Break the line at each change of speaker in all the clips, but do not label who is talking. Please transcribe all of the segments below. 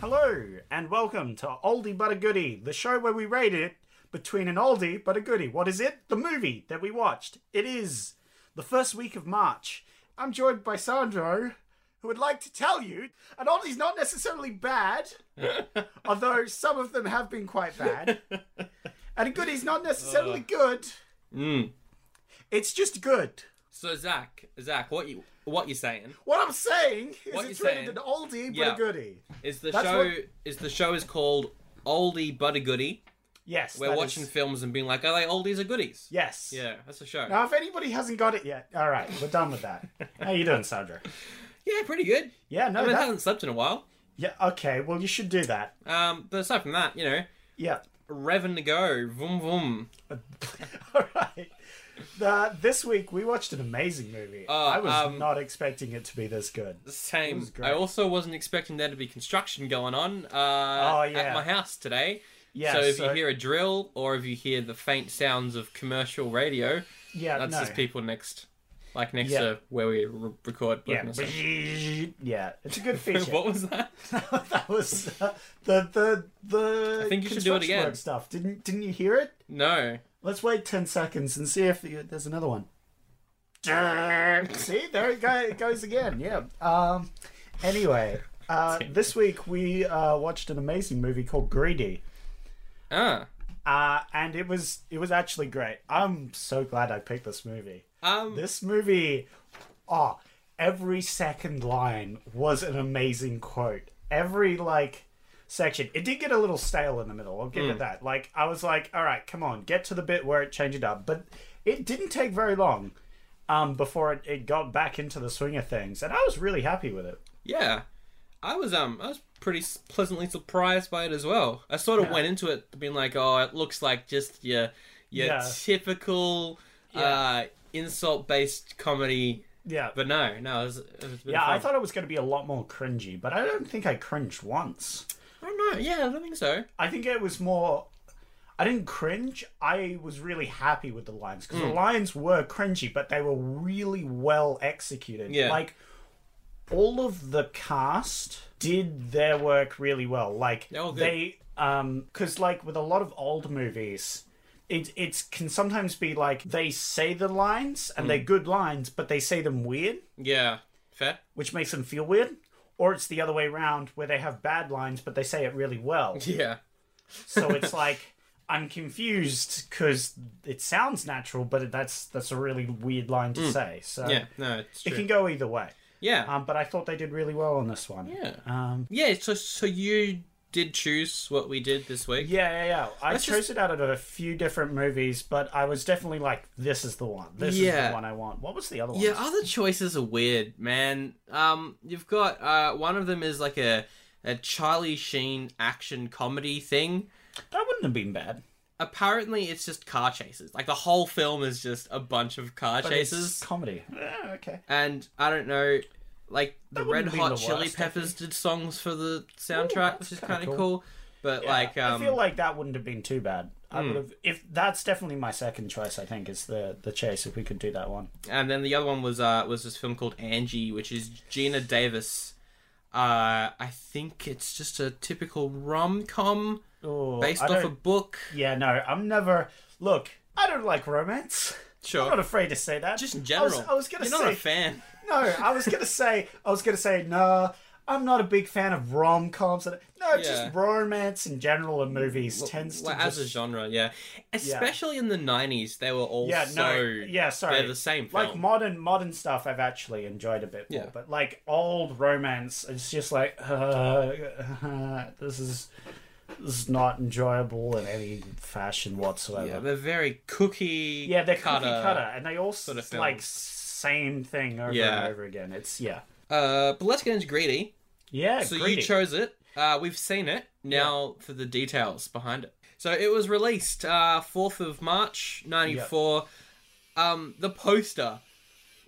Hello, and welcome to Oldie But a Goodie, the show where we rate it between an oldie but a goodie. What is it? The movie that we watched. It is the first week of March. I'm joined by Sandro, who would like to tell you an oldie's not necessarily bad, although some of them have been quite bad, and a goodie's not necessarily
Uh.
good.
Mm.
It's just good.
So Zach, Zach, what you what you saying
What I'm saying is
What
it's
you're
rated
saying-
an oldie but
Yeah.
a goodie.
is the
That's
show
what-
is the show is called Oldie But a Goodie.
Yes,
We're
that
watching
is-
films and being like, are they oldies or goodies?
Yes.
Yeah, that's the show.
Now, if anybody hasn't got it yet, all right, we're done with that. How you doing, Sandra?
Yeah, pretty good.
Yeah, no,
I mean, I
that-
haven't slept in a while.
Yeah, okay. Well, you should do that.
Um, but aside from that, you know,
Yeah.
revving to go, vroom vroom.
All right. Uh, this week we watched an amazing movie.
Oh,
I was
um,
not expecting it to be this good.
Same.
was great.
I also wasn't expecting there to be construction going on uh,
Oh, yeah.
at my house today.
Yeah,
so if
so-
you hear a drill or if you hear the faint sounds of commercial radio,
Yeah,
that's
no.
just people next, like next
Yeah.
to where we re- record. what
Yeah,
can I say?
yeah, it's a good feature.
What was that?
that was uh, the the the.
I think you should do it
construction
again.
work Stuff. Didn't didn't you hear it?
No.
Let's wait ten seconds and see if you, there's another one. see, there it, go, it goes again. Yeah. Um. Anyway, uh, this week we uh, watched an amazing movie called Greedy.
Ah.
uh, and it was it was actually great. I'm so glad I picked this movie.
Um.
This movie, oh, every second line was an amazing quote. Every like section, it did get a little stale in the middle. I'll
Mm.
give it that. Like I was like, all right, come on, get to the bit where it changed it up. But it didn't take very long um, before it, it got back into the swing of things, and I was really happy with it.
Yeah. I was um. I was pretty s- pleasantly surprised by it as well. I sort of went into it being like, oh, it looks like just your your
Yeah.
typical uh insult based comedy.
Yeah.
But no, no. It was, it was a bit
yeah,
of
I
fun.
thought it was going to be a lot more cringy, but I don't think I cringed once.
I don't know. Yeah, I don't think so.
I think it was more. I didn't cringe. I was really happy with the lines because
Hmm.
the lines were cringy, but they were really well executed.
Yeah.
Like all of the cast did their work really well. Like
They're all good.
they, um, because like with a lot of old movies. It it's can sometimes be like they say the lines and
Hmm.
they're good lines, but they say them weird
Yeah. Fair.
which makes them feel weird, or it's the other way around where they have bad lines but they say it really well.
Yeah.
So it's like I'm confused because it sounds natural, but that's that's a really weird line to say. So
Hmm. Yeah. No, it's
it
true.
can go either way.
yeah.
Um, but I thought they did really well on this one.
yeah.
Um,
yeah. So so you did choose what we did this week.
yeah, yeah, yeah. I
Let's
chose
just-
it out of a few different movies, but I was definitely like, "This is the one. This is
Yeah.
the one I want." What was the other one?
Yeah, other choices are weird, man. Um, you've got uh, one of them is like a a Charlie Sheen action comedy thing.
that wouldn't have been bad.
Apparently, it's just car chases. Like the whole film is just a bunch of car
But it's
chases,
comedy. Yeah, okay.
and I don't know. Like the
That wouldn't
Red
be
Hot
the
Chili
worst, I
Peppers did songs for the soundtrack,
that's
which is
kinda
kind
cool.
of cool. But
Yeah,
like, um, Hmm.
I feel like that wouldn't have been too bad. I would have if that's definitely my second choice. I think is the the chase if we could do that one.
and then the other one was uh was this film called Angie, which is Gina Davis. Uh, I think it's just a typical rom com
Oh,
based
I
off a
don't-
book.
yeah, no, I'm never. Look, I don't like romance. I'm
Sure.
not afraid to say that.
Just in general.
I was, I was gonna
You're
say
not a fan.
no. I was gonna say I was gonna say no. I'm not a big fan of rom coms. No,
Yeah.
just romance in general in movies tends to
Like, as a
just-
genre, yeah. Especially in the '90s, they were all
yeah,
so
no, yeah, sorry,
they're the same film.
Like modern modern stuff, I've actually enjoyed a bit more,
Yeah.
but like old romance, it's just like uh, this is this is not enjoyable in any fashion whatsoever.
yeah, they're very cookie.
Yeah, they're
cutter.
cookie cutter, and they all
sort of
like
films.
same thing over
Yeah.
and over again. It's yeah,
Uh, but let's get into Greedy.
yeah.
So
greedy.
you chose it. Uh, we've seen it. Now for the details behind it. So it was released uh, fourth of March '94. Um, the poster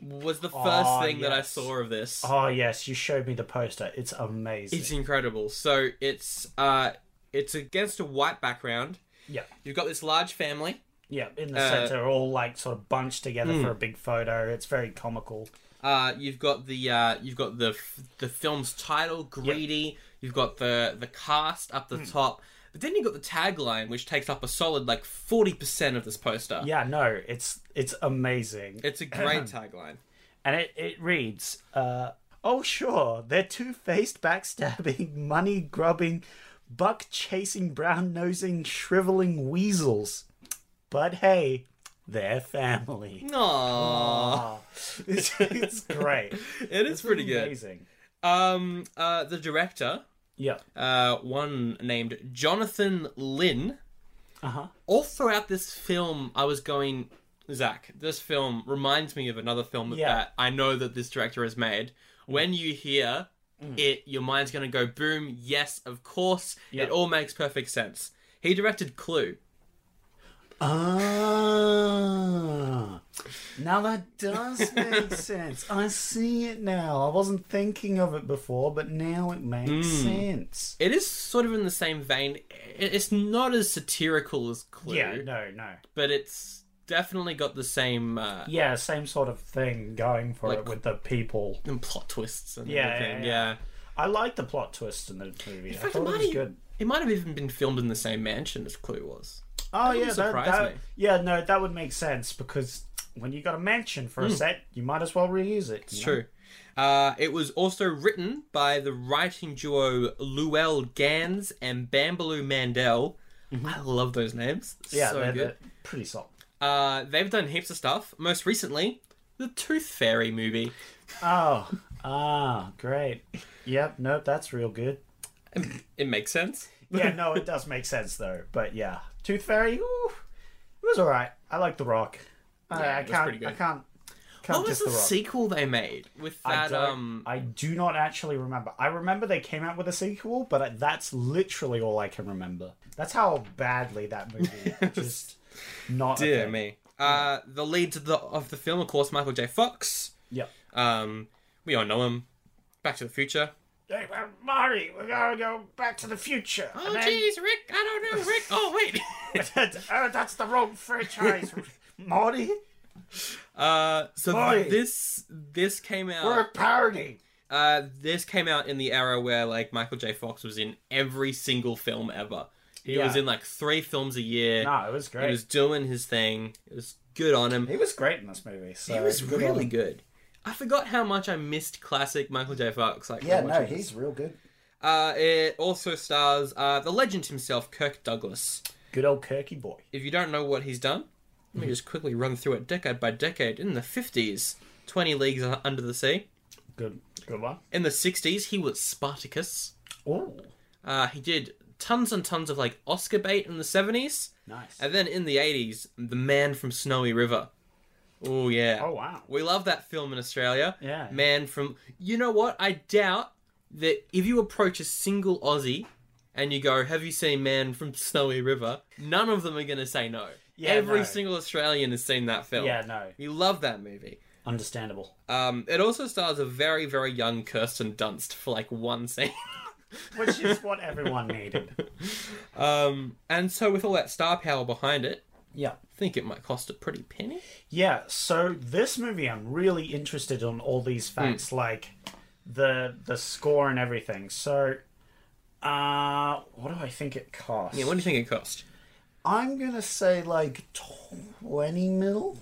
was the first
Aw,
thing that I
Ah, yes.
saw of this.
Oh yes, you showed me the poster. It's amazing.
It's incredible. So it's uh, it's against a white background.
yeah,
You've got this large family.
yeah. In
Uh,
the center, all like sort of bunched together for
hmm.
a big photo. It's very comical.
Uh, you've got the uh, you've got the f- the film's title, greedy. You've got the the cast up the
Hmm.
top, but then you've got the tagline, which takes up a solid like forty percent of this poster.
Yeah, no, it's it's amazing.
It's a great tagline.
and it, it reads, uh, Oh, sure, they're two faced, backstabbing, money grubbing, buck chasing, brown nosing, shriveling weasels. But hey, they're family.
Aww.
it's, it's great.
It is pretty good.
Amazing.
Um, uh, the director,
Yeah.
uh, one named Jonathan Lynn.
Uh huh.
All throughout this film, I was going, Zach, this film reminds me of another film
Yeah.
that I know that this director has made. When you hear
Mm.
it, your mind's going to go boom. Yes, of course. It all makes perfect sense. He directed Clue.
Ah. Now that does make sense. I see it now. I wasn't thinking of it before, but now it makes
Hmm.
sense.
It is sort of in the same vein. I- It's not as satirical as Clue.
Yeah, no, no.
but it's definitely got the same uh,
Yeah, same sort of thing going for
Like-
it with the people.
plot twists and
Yeah,
everything.
yeah,
Yeah,
yeah. I like the plot twist in the movie. I
fact,
thought it was
Marty-
good.
It might have even been filmed in the same mansion as Clue was.
Oh yeah,
wouldn't
that,
surprise
that-
me.
yeah, no, that would make sense because when you got a mansion for a set, you might as well reuse it.
Hmm. It's
you know?
true. Uh, it was also written by the writing duo Luel Gans and Bambaloo Mandel. I love those names.
Mm-hmm. Yeah,
so
they're,
good.
they're pretty solid.
Uh, they've done heaps of stuff. Most recently, the Tooth Fairy movie.
Oh, ah, great. Yep, nope, that's real good.
It makes sense.
Yeah, no, it does make sense though. But yeah, Tooth Fairy, ooh, it was all right. I like the Rock. I, I
was
can't.
pretty good.
I can't. Can't
What was
just
the,
the Rock.
sequel they made with
I
that?
don't-
um,
I do not actually remember. I remember they came out with a sequel, but I- that's literally all I can remember. That's how badly that movie just not. a
dear
thing.
me. Uh, the lead to the, of the film, of course, Michael J. Fox.
Yep.
Um, we all know him. Back to the Future.
Hey, well, Marty, we gotta go back to the future.
Oh, jeez, Rick. I don't know, Rick. Oh, wait.
that's, oh, that's the wrong franchise. Marty,
uh, so
Boy.
this this came
we're a
out.
parody.
Uh, this came out in the era where like Michael J. Fox was in every single film ever. He was
Yeah.
in like three films a year.
No, it was great.
He was doing his thing. It was good on him.
great in this movie. So
He was
good on
really
him.
good. I forgot how much I missed classic Michael J. Fox. Like
Yeah,
when
no,
watching this.
he's real good.
Uh, it also stars uh, the legend himself, Kirk Douglas.
Good old Kirky boy.
If you don't know what he's done, let me just quickly run through it decade by decade. In the 50s, 20 Leagues Un- Under the Sea.
Good, good one.
In the 60s, he was Spartacus.
Oh,
Uh, he did tons and tons of like Oscar bait in the 70s.
nice.
And then in the 80s, The Man from Snowy River. Oh, yeah.
Oh wow.
We love that film in Australia.
Yeah.
Man from. You know what? I doubt that if you approach a single Aussie and you go, Have you seen Man from Snowy River? None of them are going to say no.
Yeah,
Every
no.
single Australian has seen that film.
Yeah, no,
You love that movie.
understandable.
Um, it also stars a very, very young Kirsten Dunst for like one scene.
Which is what everyone needed.
Um, and so, with all that star power behind it,
Yeah.
I think it might cost a pretty penny.
Yeah, so this movie I'm really interested on all these
Hmm.
facts, like the the score and everything. So uh what do I think it costs?
Yeah, what do you think it cost?
I'm gonna say like twenty mil.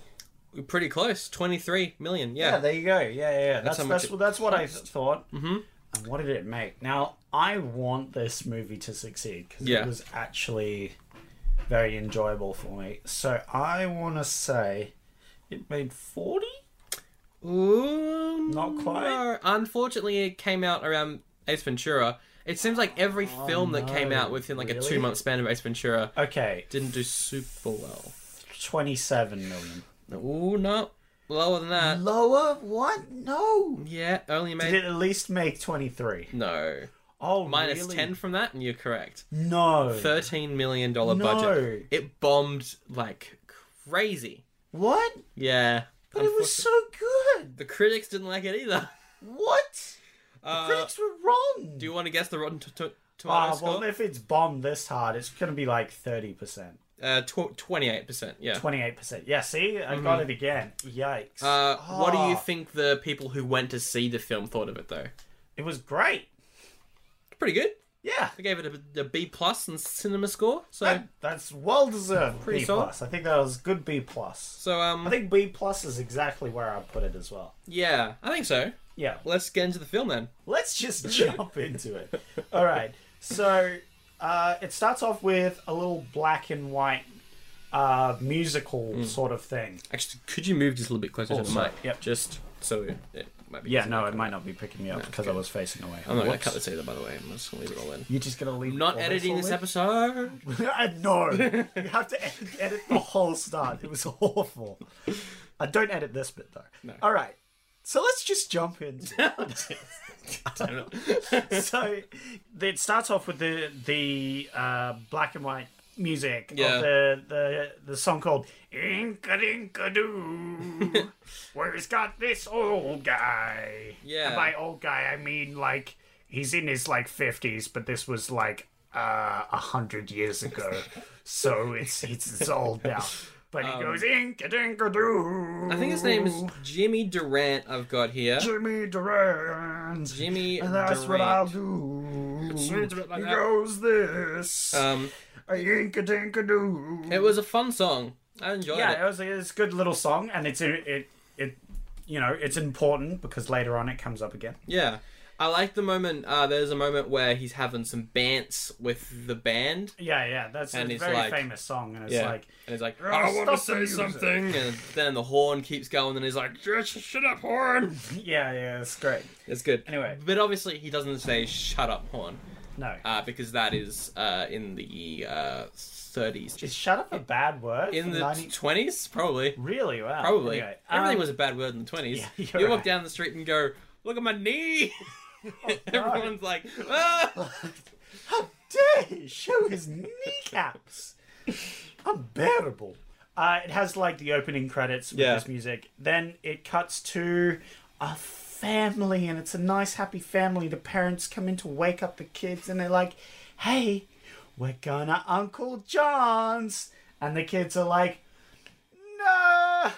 We're pretty close. 23 million.
Yeah,
Yeah.
there you go. Yeah, yeah, yeah. That's
how
that's
much
that's,
it
what I thought. Mm-hmm. And what did it make? Now I want this movie to succeed because
Yeah.
it was actually very enjoyable for me. So I want to say it made forty.
Ooh,
Not quite?
no. Unfortunately, it came out around Ace Ventura. It seems like every film that came
Oh, no.
out within like a
Really?
two month span of Ace Ventura
Okay,
didn't do super well.
twenty-seven million.
Ooh, no. Lower than that.
Lower? What? No.
Yeah, only made
Did it at least make 23?
no
Oh,
minus
really?
ten from that, and you're correct.
No.
Thirteen million dollar
No.
budget. It bombed like crazy.
What?
Yeah,
But it was so good.
the critics didn't like it either.
What?
Uh,
Critics were wrong.
Do you want to guess the Rotten t- t-
Ah,
Tomatoes
well,
score?
if it's bombed this hard, it's going to be like 30%.
Uh, twenty-eight percent. Yeah.
28%. Yeah, see? I got it again. Yikes.
Mm-hmm. Uh, What do you
Ah,
think the people who went to see the film thought of it though?
It was great.
Pretty good.
Yeah.
I gave it a, a B plus in cinema score. So
That, that's well deserved.
Pretty
B
solid.
plus. I think that was good B plus.
so um
I think B plus is exactly where I put it as well.
yeah, I think so.
Yeah.
Let's get into the film then.
Let's just jump into it. All right. So uh, it starts off with a little black and white uh, musical
Mm.
sort of thing.
Actually, could you move just a little bit closer to the
sorry.
mic?
Yep.
Just so it, it might be.
Yeah.
easier.
No, it might not be picking me up because I was facing away.
I'm not gonna
Whoops.
cut this either, by the way. I'm just gonna leave it all in.
You're just gonna leave.
I'm not
all
editing
all
this
in?
episode.
I know. You have to edit, edit the whole start. It was awful. I don't edit this bit though. All right. So let's just jump in. so it starts off with the the uh, black and white music
Yeah.
of the, the the song called Inka Dinka Doo. Where's got this old guy?
Yeah.
And by old guy I mean like he's in his like fifties, but this was like uh, a hundred years ago. so it's it's it's old now. But he goes Inka Dinka Doo.
Um, I think his name is Jimmy Durant. I've got here.
Jimmy Durant.
Jimmy
And that's what
Durant.
I'll do.
soon it's a bit like
Here
that.
goes this.
Um,
a yinka dinka doo.
it was a fun song. I enjoyed
Yeah, it
it.
was a, it's a good little song, and it's it, it it you know it's important because later on it comes up again.
Yeah. I like the moment. Uh, there's a moment where he's having some bants with the band,
Yeah, yeah, that's
And
a
it's
very
like-
famous song, and it's
yeah.
like
and he's like,
"Oh,
"I want to
stop the
say
music."
something," and then the horn keeps going, and he's like, "Just "Shut up, horn!"
yeah, yeah, it's great.
It's good.
Anyway.
but obviously he doesn't say "shut up, horn,"
No,
uh, because that is uh, in the uh, 30s.
is shut up a bad word?
In
for
the
90
20s, probably.
really wow,
Probably.
Anyway,
Everything
um,
was a bad word in the 20s.
yeah,
you
you're
walk
right. Oh,
down the street and go, "Look at my knee." Everyone's like, "Ah!"
How dare he show his kneecaps? Unbearable. Uh, it has like the opening credits with
Yeah.
this music. Then it cuts to a family, and it's a nice, happy family. The parents come in to wake up the kids, and they're like, hey, we're gonna Uncle John's. And the kids are like, no.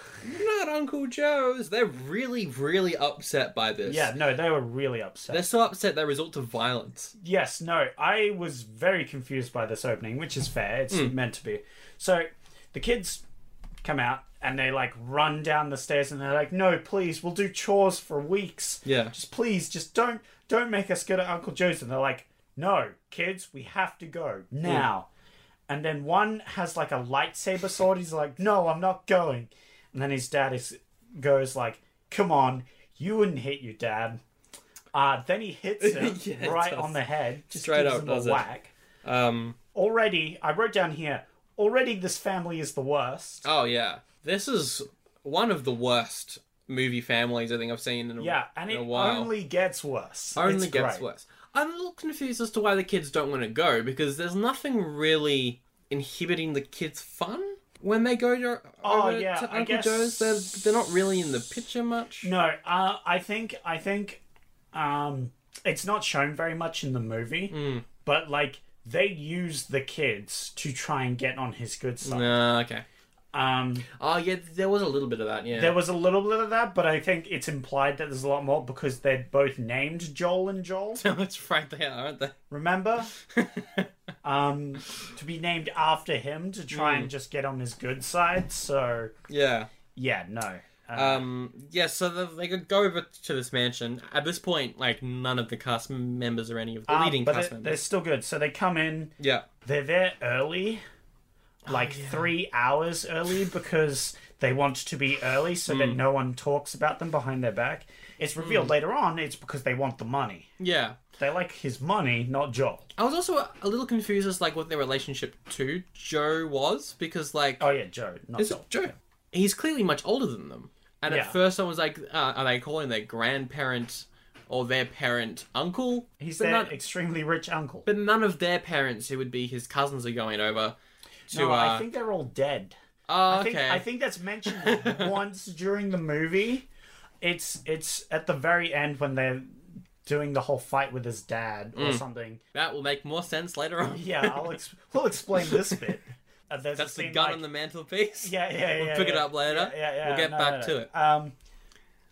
Not Uncle Joe's. They're really, really upset by this.
Yeah, no, they were really upset.
They're so upset they resort to violence.
Yes, no, I was very confused by this opening, which is fair. It's
Hmm.
meant to be. So the kids come out and they like run down the stairs and they're like, "No, please, we'll do chores for weeks.
Yeah.
just please, just don't don't make us go to Uncle Joe's." And they're like, "No, kids, we have to go
Hmm.
now." And then one has like a lightsaber sword. He's like, "No, I'm not going." And then his dad is goes like, "Come on, you wouldn't hit your dad." Uh, then he hits him
Yeah, it
right
does.
on the head. Just
Straight
gives
up
him a
does it.
whack.
Um.
Already, I wrote down here. Already, this family is the worst.
Oh yeah. This is one of the worst movie families I think I've seen in a,
yeah, and
in
it
a while.
only gets worse.
Oh, only
It's
gets
great.
worse. I'm a little confused as to why the kids don't want to go because there's nothing really inhibiting the kids' fun when they go to,
Oh,
over
yeah,
to
I
Uncle
guess-
Joe's. They're, they're not really in the picture much.
No, uh, I think I think um, it's not shown very much in the movie,
Hmm.
but like they use the kids to try and get on his good side.
Nah, okay.
Um,
Oh yeah, there was a little bit of that. Yeah.
there was a little bit of that, but I think it's implied that there's a lot more because they're both named Joel and Joel.
That's right. They are, aren't they?
remember? um, to be named after him to try
Hmm.
and just get on his good side. So
Yeah.
yeah, no. Uh,
Um. Yeah. So the, they could go over to this mansion. At this point, like none of the cast members or any of the
um,
leading
but
cast
they- they're
members.
still good. So they come in.
Yeah.
They're there early,
Oh,
like three hours early because they want to be early so that
Hmm.
no one talks about them behind their back. It's revealed later on. It's because they want the money.
Yeah.
They like his money, not Joel.
I was also a, a little confused as like what their relationship to Joe was because like
Oh yeah, Joe, not
Is
Joel.
it Joe? He's clearly much older than them. And
Yeah.
at first, I was like, uh, are they calling their grandparent or their parent uncle?
He's
but
their
none,
extremely rich uncle.
but none of their parents, who would be his cousins, are going over to.
no,
uh,
I think they're all dead.
oh,
I think
okay.
I think that's mentioned once during the movie. It's it's at the very end when they're doing the whole fight with his dad or
Mm.
something.
that will make more sense later on.
Yeah, I'll ex- we'll explain this bit. Uh, there's a
That's the
scene,
gun
like-
on the mantelpiece.
Yeah, yeah, yeah.
We'll pick it
yeah.
up later.
Yeah, yeah, yeah.
We'll get
No,
back
no,
to
no.
it.
Um,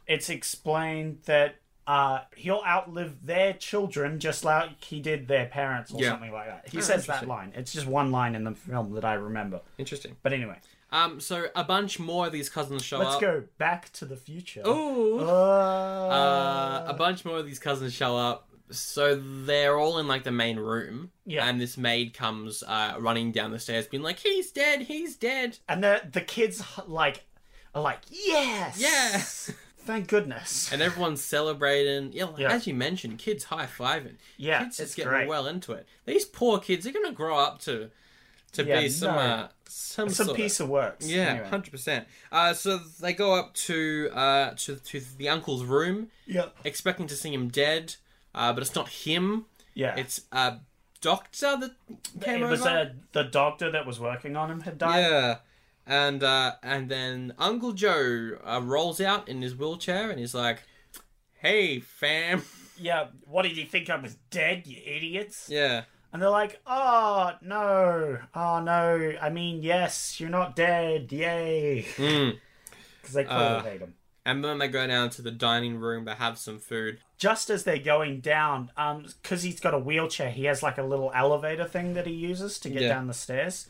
it's explained that uh, he'll outlive their children just like he did their parents or
Yeah.
something like that. He
Oh,
says that
interesting.
line. It's just one line in the film that I remember.
Interesting.
But anyway,
Um, so a bunch more of these cousins show
let's
up.
go back to the future.
Uh, Ooh.
Uh,
Uh, a bunch more of these cousins show up. So they're all in like the main room.
Yeah.
And this maid comes uh, running down the stairs, being like, "He's dead! He's dead!"
and the the kids like are like yes,
Yes.
Thank goodness.
And everyone's celebrating. Yeah, like,
Yeah.
as you mentioned, kids high fiving.
Yeah,
kids
it's
just getting
great.
well into it. These poor kids are gonna grow up to to
Yeah,
be some
no.
uh, some
Some
sort
piece
of.
of works.
Yeah,
Anyway.
hundred percent. Uh, so they go up to uh to to the uncle's room,
Yeah.
expecting to see him dead, uh, but it's not him.
Yeah.
It's a doctor that came
it
over.
was uh, the doctor that was working on him had died.
yeah, and uh, and then Uncle Joe uh, rolls out in his wheelchair and he's like, "Hey, fam."
Yeah, what did you think I was dead, you idiots?
Yeah,
And they're like, oh, no, oh, no. I mean, yes, you're not dead, yay. Because they clearly
Hmm. Uh.
hate him.
and then they go down to the dining room to have some food.
Just as they're going down, because he's got a wheelchair, he has like a little elevator thing that he uses to get
Yeah.
down the stairs.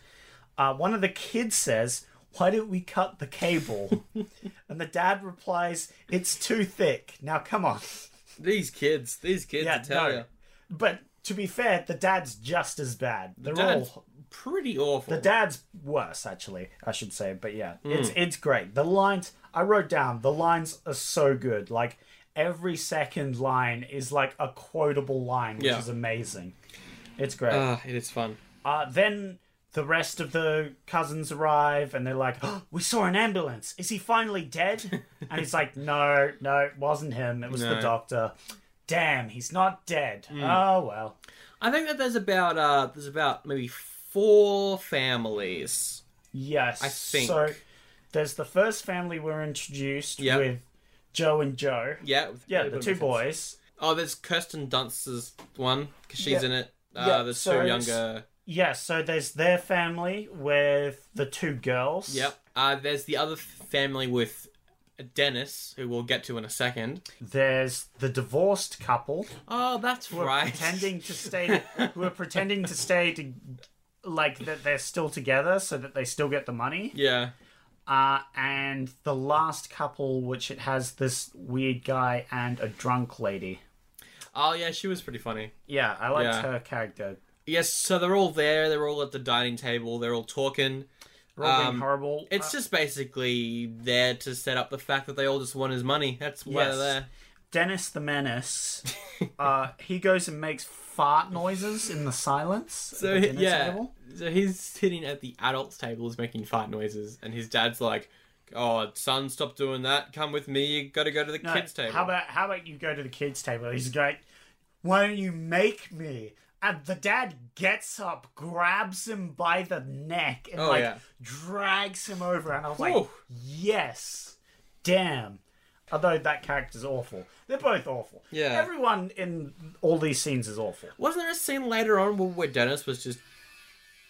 Uh, one of the kids says, why didn't we cut the cable? and the dad replies, it's too thick. Now, come on.
These kids, these kids,
Yeah,
I
no.
tell you,
But to be fair, the dad's just as bad. They're
dad's
all
pretty awful.
The dad's worse, actually, I should say. But yeah, it's
Hmm.
it's great. The lines I wrote down. The lines are so good. Like every second line is like a quotable line, which
Yeah.
is amazing. It's great. Uh,
Ah, it is fun.
then the rest of the cousins arrive, and they're like, oh, "We saw an ambulance. Is he finally dead?" and he's like, "No, no, it wasn't him. It was the
No. Hmm.
doctor." Damn, he's not dead. Oh well.
I think that there's about uh there's about maybe four families.
Yes. I
think.
So there's the first family we're introduced
Yep.
with Joe and Joe.
Yeah,
Yeah,
that
the
makes
two
sense.
boys.
Oh, there's Kirsten Dunst's one because she's
Yeah.
in it. Uh,
Yeah,
there's
so
two
it's-
younger.
Yeah, so there's their family with the two girls.
Yep. Uh, there's the other family with Dennis, who we'll get to in a second.
There's the divorced couple
Oh, that's
who are
right.
pretending to stay who are pretending to stay to like that they're still together so that they still get the money.
Yeah.
Uh and the last couple which it has this weird guy and a drunk lady.
Oh, yeah. She was pretty funny.
Yeah, I liked
Yeah.
her character.
Yes. So they're all there. They're all at the dining table. They're all talking.
They're all being
Um,
horrible.
It's just basically there to set up the fact that they all just want his money. That's why
Yes.
they're there.
Dennis the Menace, uh, he goes and makes fart noises in the silence. at
So
the
he-
dinner
yeah,
table.
so he's sitting at the adults' table, is making fart noises, and his dad's like, "Oh, son, stop doing that. Come with me. You got to go to the
No,
kids' table."
How about how about you go to the kids table? He's going, why don't you make me? And the dad gets up, grabs him by the neck, and
Oh,
like
yeah.
drags him over. And I was like,
Whew.
yes, damn. Although that character's awful, they're both awful.
Yeah.
everyone in all these scenes is awful.
Wasn't there a scene later on where- where Dennis was just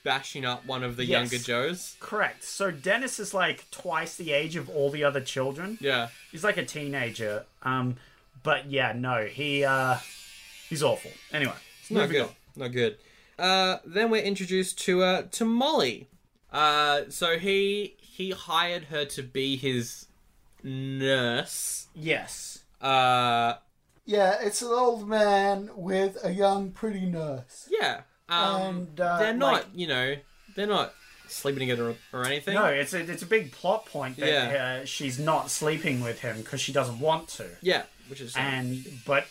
bashing up one of the
Yes.
younger Joes?
Correct. So Dennis is like twice the age of all the other children.
Yeah,
He's like a teenager. Um, but yeah, no, he uh, he's awful. Anyway,
not
moving
good. Not good. Uh, then we're introduced to uh, to Molly. Uh, so he he hired her to be his nurse.
on. Yes.
Uh,
Yeah, it's an old man with a young, pretty nurse.
yeah. Um,
And uh,
they're not,
like-
you know, they're not sleeping together or- or anything.
no, it's a it's a big plot point that
Yeah.
uh, she's not sleeping with him because she doesn't want to,
Yeah, which is
and but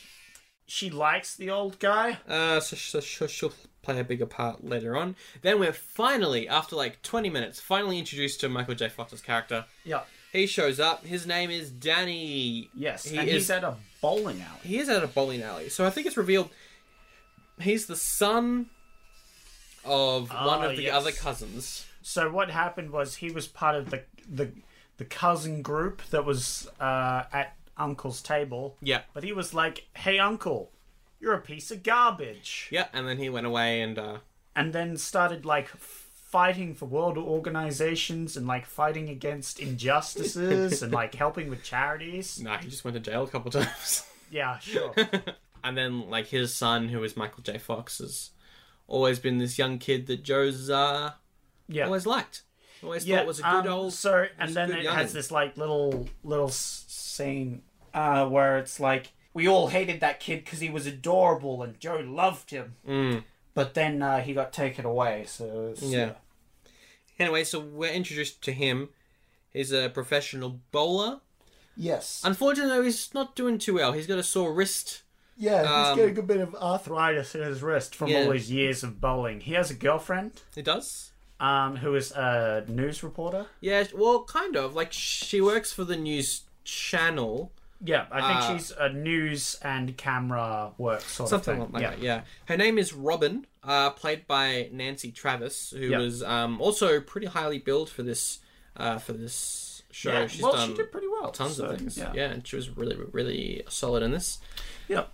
she likes the old guy.
uh, so, so, so she'll play a bigger part later on. Then we're finally, after like twenty minutes, finally introduced to Michael J. Fox's character,
Yeah.
He shows up. His name is Danny.
Yes,
he
and
is.
he's at a bowling alley.
he is at a bowling alley. So I think it's revealed he's the son of one
Ah,
of the
yes.
other cousins.
So what happened was he was part of the the the cousin group that was uh, at Uncle's table.
Yeah.
But he was like, "Hey, Uncle, you're a piece of garbage,"
Yeah, and then he went away and uh,
and then started like fighting for world organizations and like fighting against injustices and like helping with charities.
nah, he just went to jail a couple times.
Yeah, sure.
and then like his son, who is Michael J. Fox, has always been this young kid that Joe's uh,
Yeah.
always liked. Always
yeah,
thought was a good
um,
old.
So, and
a
then
good
it
young'un.
has this like little little s- scene uh, where it's like we all hated that kid because he was adorable and Joe loved him, but then uh, he got taken away. So it's-
Mm. Yeah. Anyway, so we're introduced to him. He's a professional bowler.
Yes.
Unfortunately, though, he's not doing too well. He's got a sore wrist.
Yeah,
Um,
he's got a good bit of arthritis.
arthritis in his wrist from
Yeah.
all his years of bowling. He has a girlfriend
He does.
um, who is a news reporter.
Yeah, well, kind of. Like she works for the news channel,
Yeah, I think
Uh,
she's a news and camera work sort
something
of thing.
like
yeah.
that. Yeah, her name is Robin, uh, played by Nancy Travis, who
Yeah.
was um, also pretty highly billed for this uh, for this show.
Yeah,
She's
well,
done
she did pretty well.
tons
so,
of things.
Yeah.
Yeah. and she was really really solid in this.
Yep.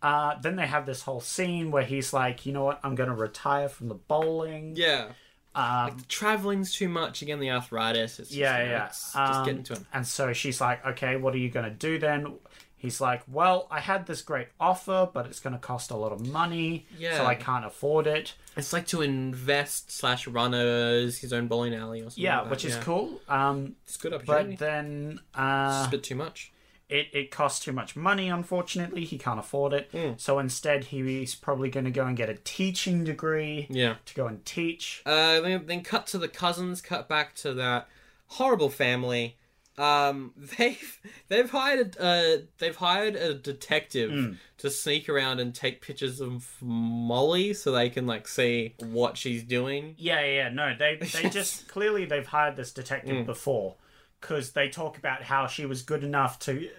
Uh, then they have this whole scene where he's like, you know what, I'm going to retire from the bowling.
Yeah,
Um,
traveling's too much again. The arthritis. It's just,
yeah,
you know,
yeah.
it's
Um,
just getting to him.
And so she's like, okay, what are you going to do then? He's like, well, I had this great offer, but it's going to cost a lot of money, so
Yeah.
I can't afford it.
It's like to invest slash runners his own bowling alley or something.
Yeah,
like that,
which is cool. Um,
It's a good opportunity.
but then
It's
uh,
just a bit too much.
it, it costs too much money, unfortunately. He can't afford it.
Hmm.
So instead, he's probably going to go and get a teaching degree
Yeah.
to go and teach.
Uh, then, then cut to the cousins. Cut back to that horrible family. Um, they've they've hired a, uh, they've hired a detective
Hmm.
to sneak around and take pictures of Molly so they can like see what she's doing.
Yeah, yeah, yeah, no, they they just clearly they've hired this detective before because they talk about how she was good enough to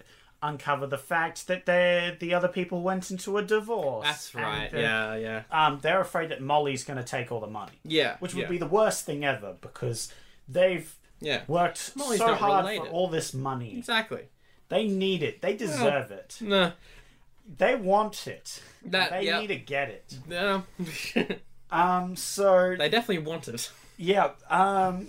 uncover the fact that they the other people went into a divorce.
That's
And
right.
the-
yeah, yeah,
Um, they're afraid that Molly's going to take all the money,
yeah.
which would
yeah,
be the worst thing ever because they've
yeah.
worked
Molly's
so
not
hard for
related.
all this money.
Exactly.
They need it. They deserve it.
No.
They want it.
That-
they
yeah.
need to get it.
No.
Um, so
they definitely want it.
Yeah, um,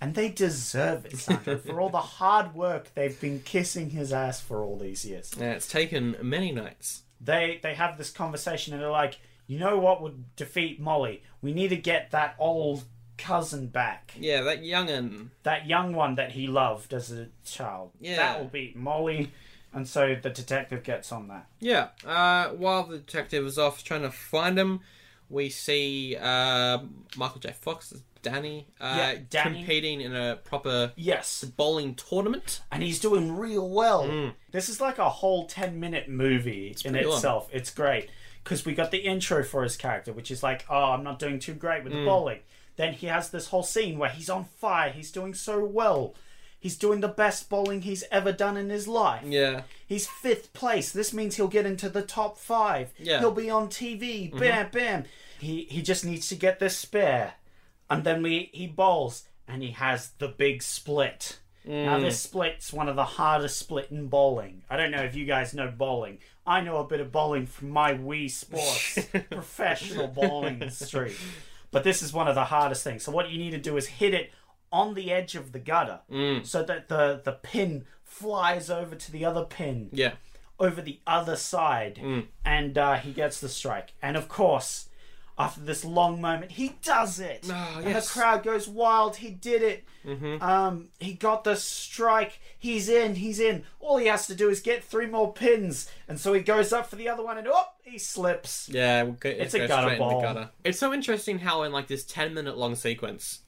and they deserve it, Sandra, for all the hard work they've been kissing his ass for all these years.
Yeah, it's taken many nights.
They they have this conversation and they're like, you know what would defeat Molly? We need to get that old cousin back,
Yeah, that young'un.
that young one that he loved as a child.
Yeah.
that will beat Molly. And so the detective gets on that.
Yeah. Uh, while the detective is off trying to find him, we see uh, Michael J. Fox as Danny, uh,
Yeah, Danny.
competing in a proper
Yes,
bowling tournament.
and he's doing real well. This is like a whole 10 minute movie in
Hmm. pretty long.
itself. It's great because we got the intro for his character, which is like, oh, I'm not doing too great
Hmm.
with the bowling. Then he has this whole scene where he's on fire, he's doing so well. He's doing the best bowling he's ever done in his life.
Yeah.
He's fifth place. This means he'll get into the top five.
Yeah.
He'll be on TV. Bam, bam. He he just needs to get this spare, and then we he bowls and he has the big split. Now this split's one of the hardest split in bowling. I don't know if you guys know bowling. I know a bit of bowling from my Wii Sports professional bowling streak, but this is one of the hardest things. So what you need to do is hit it on the edge of the gutter
Mm.
so that the the pin flies over to the other pin
Yeah.
over the other side
Mm.
and uh, he gets the strike and of course after this long moment he does it and
Ah, yes. Mm-hmm.
the crowd goes wild he did it um, he got the strike he's in he's in all he has to do is get three more pins and so he goes up for the other one and oh he slips
Yeah, we'll go, it's
a gutter ball.
It's so interesting how in like this ten minute long sequence,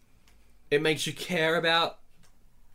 it makes you care about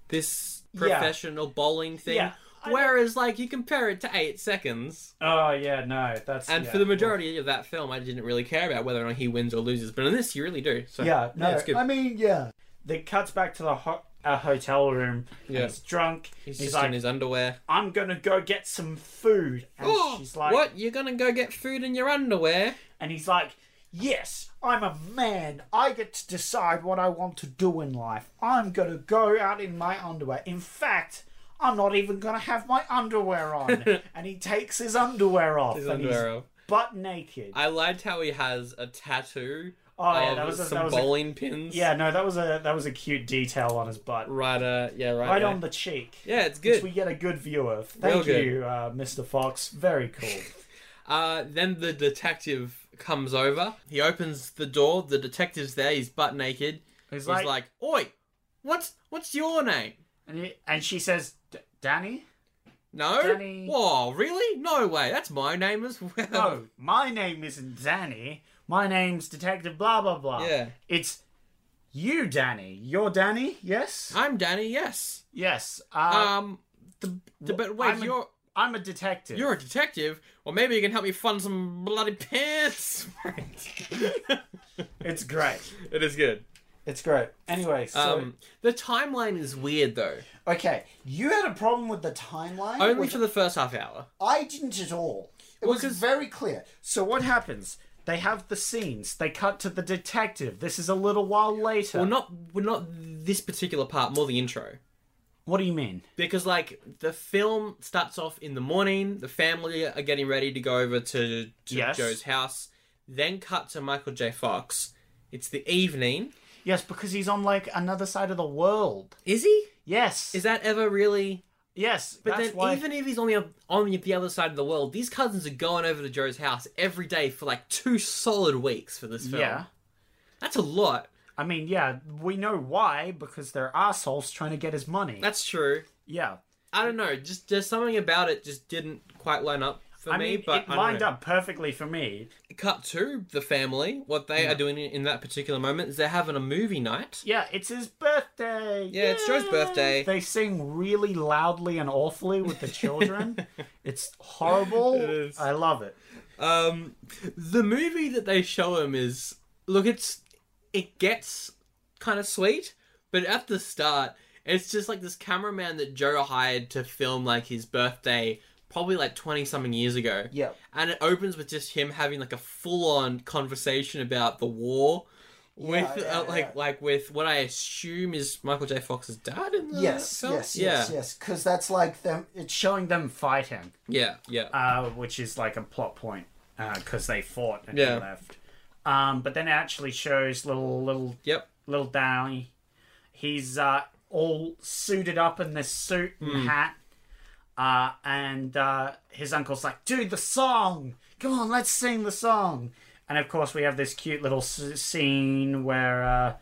this professional bowling thing.
Yeah, I-
Whereas like you compare it to eight seconds,
oh yeah no that's
and
yeah.
for the majority of that film, I didn't really care about whether or not he wins or loses. But in this, you really do. So
yeah no
it's good.
I mean, yeah.
it cuts back to the ho- a hotel room. and
Yeah.
he's drunk.
He's,
he's
just
like,
in his underwear.
I'm gonna go get some food. And
Oh,
she's like,
what? You're gonna go get food in your underwear?
And he's like, Yes, I'm a man. I get to decide what I want to do in life. I'm gonna go out in my underwear. In fact, I'm not even gonna have my underwear on. and he takes his underwear off.
His
and
underwear
he's
off.
butt naked.
I liked how he has a tattoo
Oh, yeah,
of
that was a-
some
that was a-
bowling pins.
yeah, no, that was a that was a cute detail on his butt. Right,
Right, uh, yeah, right. there.
on the cheek.
Yeah, it's
Which
good.
we get a good view of. Thank
good.
you, uh, Mr. Fox. Very cool.
Uh, then the detective comes over. He opens the door. The detective's there. He's butt naked. He's,
like-
like, "Oi, what's what's your name?"
and, he, and she says, D- Danny?
No.
Danny.
Whoa, really? No way. That's my name as well.
No, my name isn't Danny. My name's Detective blah blah blah.
Yeah.
It's you, Danny. You're Danny, yes?
I'm Danny. Yes.
yes. Uh,
Um. The, the, but wait,
I'm a-
you're
I'm a detective.
you're a detective. Well, maybe you can help me fund some bloody pants.
It's great.
it is good.
It's great. Anyway, so
Um, the timeline is weird though.
Okay, you had a problem with the timeline.
Only
which
for the first half hour.
I didn't at all. It
Well,
was
'cause-
very clear.
so what happens? They have the scenes. They cut to the detective. This is a little while later.
Well, not well, not this particular part. More the intro.
what do you mean?
because like the film starts off in the morning the family are getting ready to go over to, to
Yes.
joe's house then cut to michael j fox it's the evening
Yes, because he's on like another side of the world.
is he
Yes.
is that ever really
yes.
but
that's
then
why-
even if he's on the, on the other side of the world these cousins are going over to joe's house every day for like two solid weeks for this film
Yeah.
that's a lot
I mean, yeah, we know why, because they're assholes trying to get his money.
that's true
yeah.
i don't know just there's something about it just didn't quite line up for
I
me
mean, it
but I don't
lined
know.
up perfectly for me.
cut to the family. What they are doing in that particular moment is they're having a movie night.
Yeah, it's his birthday.
Yeah, it's Joe's
Yay!
birthday.
They sing really loudly and awfully with the children. it's horrible.
It is.
I love it.
Um, the movie that they show him is look, it's it gets kind of sweet, but at the start, it's just like this cameraman that Joe hired to film like his birthday, probably like twenty something years ago.
Yeah.
and it opens with just him having like a full on conversation about the war. With
yeah,
uh, like
yeah.
like with what I assume is Michael J. Fox's dad in the
Yes,
film?
yes, yes,
Uh, yeah.
yes. Because that's like them.
It's showing them fighting,
Yeah, yeah.
uh, which is like a plot point because they fought and
Yeah.
he left. Um, but then it actually shows little little
yep.
little Downey. He's uh, all suited up in this suit and hat. Uh, and uh, his uncle's like, dude, the song! Come on, let's sing the song! And of course, we have this cute little s- scene where uh,